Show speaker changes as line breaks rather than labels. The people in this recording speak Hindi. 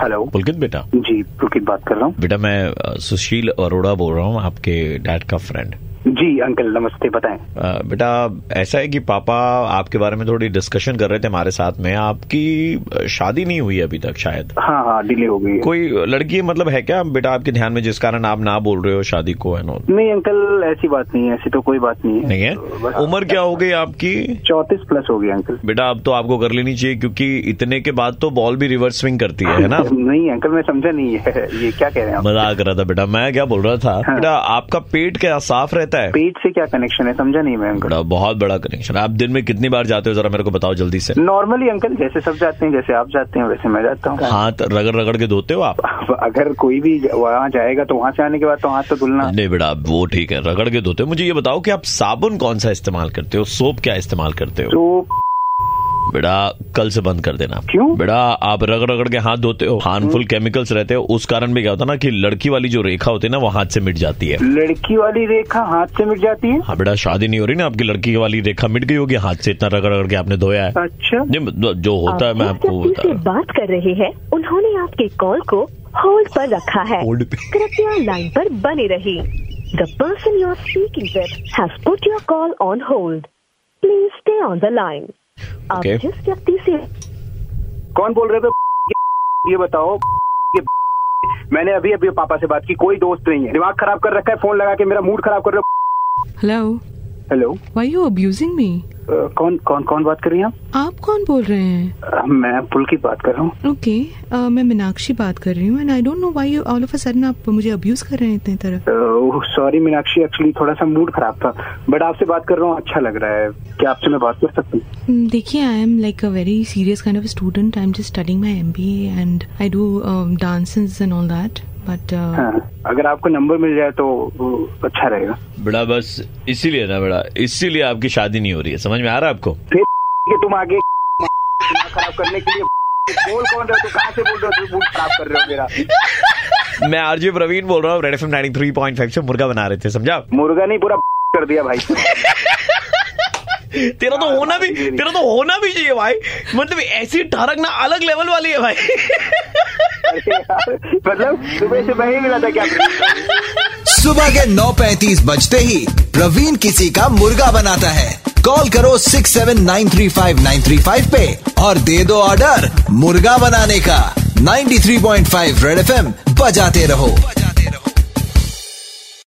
पुलकित बेटा
जी पुलकित बात कर रहा हूँ
बेटा मैं अ, सुशील अरोड़ा बोल रहा हूँ आपके डैड का फ्रेंड
जी अंकल नमस्ते बताएं
अ, बेटा ऐसा है कि पापा आपके बारे में थोड़ी डिस्कशन कर रहे थे हमारे साथ में आपकी अ, शादी नहीं हुई है अभी तक शायद
हाँ हाँ डिले हो गई है
कोई लड़की मतलब है क्या बेटा आपके ध्यान में जिस कारण आप ना बोल रहे हो शादी को एंड ऑल
नहीं अंकल ऐसी बात नहीं है ऐसी तो कोई बात नहीं है
नहीं है उम्र क्या हो गई आपकी
चौंतीस प्लस हो गई अंकल
बेटा अब तो आपको कर लेनी चाहिए क्योंकि इतने के बाद तो बॉल भी रिवर्स स्विंग करती है है ना
नहीं अंकल मैं समझा नहीं है ये क्या कह रहे हैं आप
मजाक कर रहा था बेटा मैं क्या बोल रहा था बेटा आपका पेट क्या साफ रहता है
पेट से क्या कनेक्शन है समझा नहीं मैं अंकल
बड़ा बहुत बड़ा कनेक्शन आप दिन में कितनी बार जाते हो जरा मेरे को बताओ जल्दी से
नॉर्मली अंकल जैसे सब जाते हैं जैसे आप जाते हैं वैसे मैं जाता हूँ
हाथ रगड़ रगड़ के धोते हो आप
अब अगर कोई भी वहाँ जाएगा तो वहाँ से आने के बाद तो हाथ तो धुलना
नहीं बेटा आप वो ठीक है रगड़ के धोते हो मुझे ये बताओ कि आप साबुन कौन सा इस्तेमाल करते हो सोप क्या इस्तेमाल करते हो
तो
बेटा कल से बंद कर देना
क्यों?
बेटा आप रगड़ रगड़ के हाथ धोते हो हार्मफुल केमिकल्स रहते हो उस कारण भी क्या होता है ना कि लड़की वाली जो रेखा होती है ना वो हाथ से मिट जाती है
लड़की वाली रेखा हाथ से मिट जाती है
हाँ बेटा शादी नहीं हो रही ना आपकी लड़की वाली रेखा मिट गई होगी हाथ से इतना रगड़ रगड़ के आपने धोया है
अच्छा
नहीं मतलब जो होता है मैं
आप जिस
आपको
व्यक्ति
बता
से बात कर रहे हैं उन्होंने आपके कॉल को होल्ड पर रखा है
Hold पे।
कृपया लाइन पर बने रही the person you are speaking with has put your call on hold please stay on the line आप
Okay.
जिस व्यक्ति से
कौन बोल रहे थे ये बताओ ये मैंने अभी अभी पापा से बात की कोई दोस्त नहीं है दिमाग खराब कर रखा है फोन लगा के मेरा मूड खराब कर रहे हो
hello
hello
why you abusing me
अ, कौन कौन कौन बात कर रही हैं आप
आप कौन बोल रहे हैं
अ, मैं पुल की बात कर रहा हूँ
ओके अ, uh, मैं मीनाक्षी बात कर रही हूँ and I don't know why all of a sudden आप मुझे अब्यूज कर रहे हैं इतने तरफ
सॉरी मीनाक्षी एक्चुअली थोड़ा सा मूड खराब था बट आपसे बात कर रहा हूँ अच्छा लग रहा है क्या आपसे मैं बात कर सकती हूँ
Hmm, देखिए I am like a very serious kind of student I am just studying my M B A and I do dances and all that but
हाँ, अगर आपको नंबर मिल जाए तो अ, अच्छा रहेगा
बेटा बस इसीलिए ना बेटा इसीलिए आपकी शादी नहीं हो रही है समझ में आ रहा है आपको
फिर कि तुम आगे दिमाग खराब करने के लिए बोल कौन रहे हो तो कहाँ से बोल रहे हो तुम मूड खराब कर रहे हो मेरा
मैं आरजे प्रवीण बोल रहा हूँ रेड एफ 93.5 से मुर्गा बना रहे थे समझा
मुर्गा नहीं पूरा कर दिया भाई
तेरा तो होना भी तेरा तो होना भी चाहिए भाई मतलब ऐसी ठारक ना अलग लेवल वाली है भाई
अरे यार, मतलब सुबह से मैं ही मिला था क्या
सुबह के 9:35 बजते ही प्रवीण किसी का मुर्गा बनाता है कॉल करो 6793595 पे और दे दो ऑर्डर मुर्गा बनाने का 93.5 रेड एफएम बजाते रहो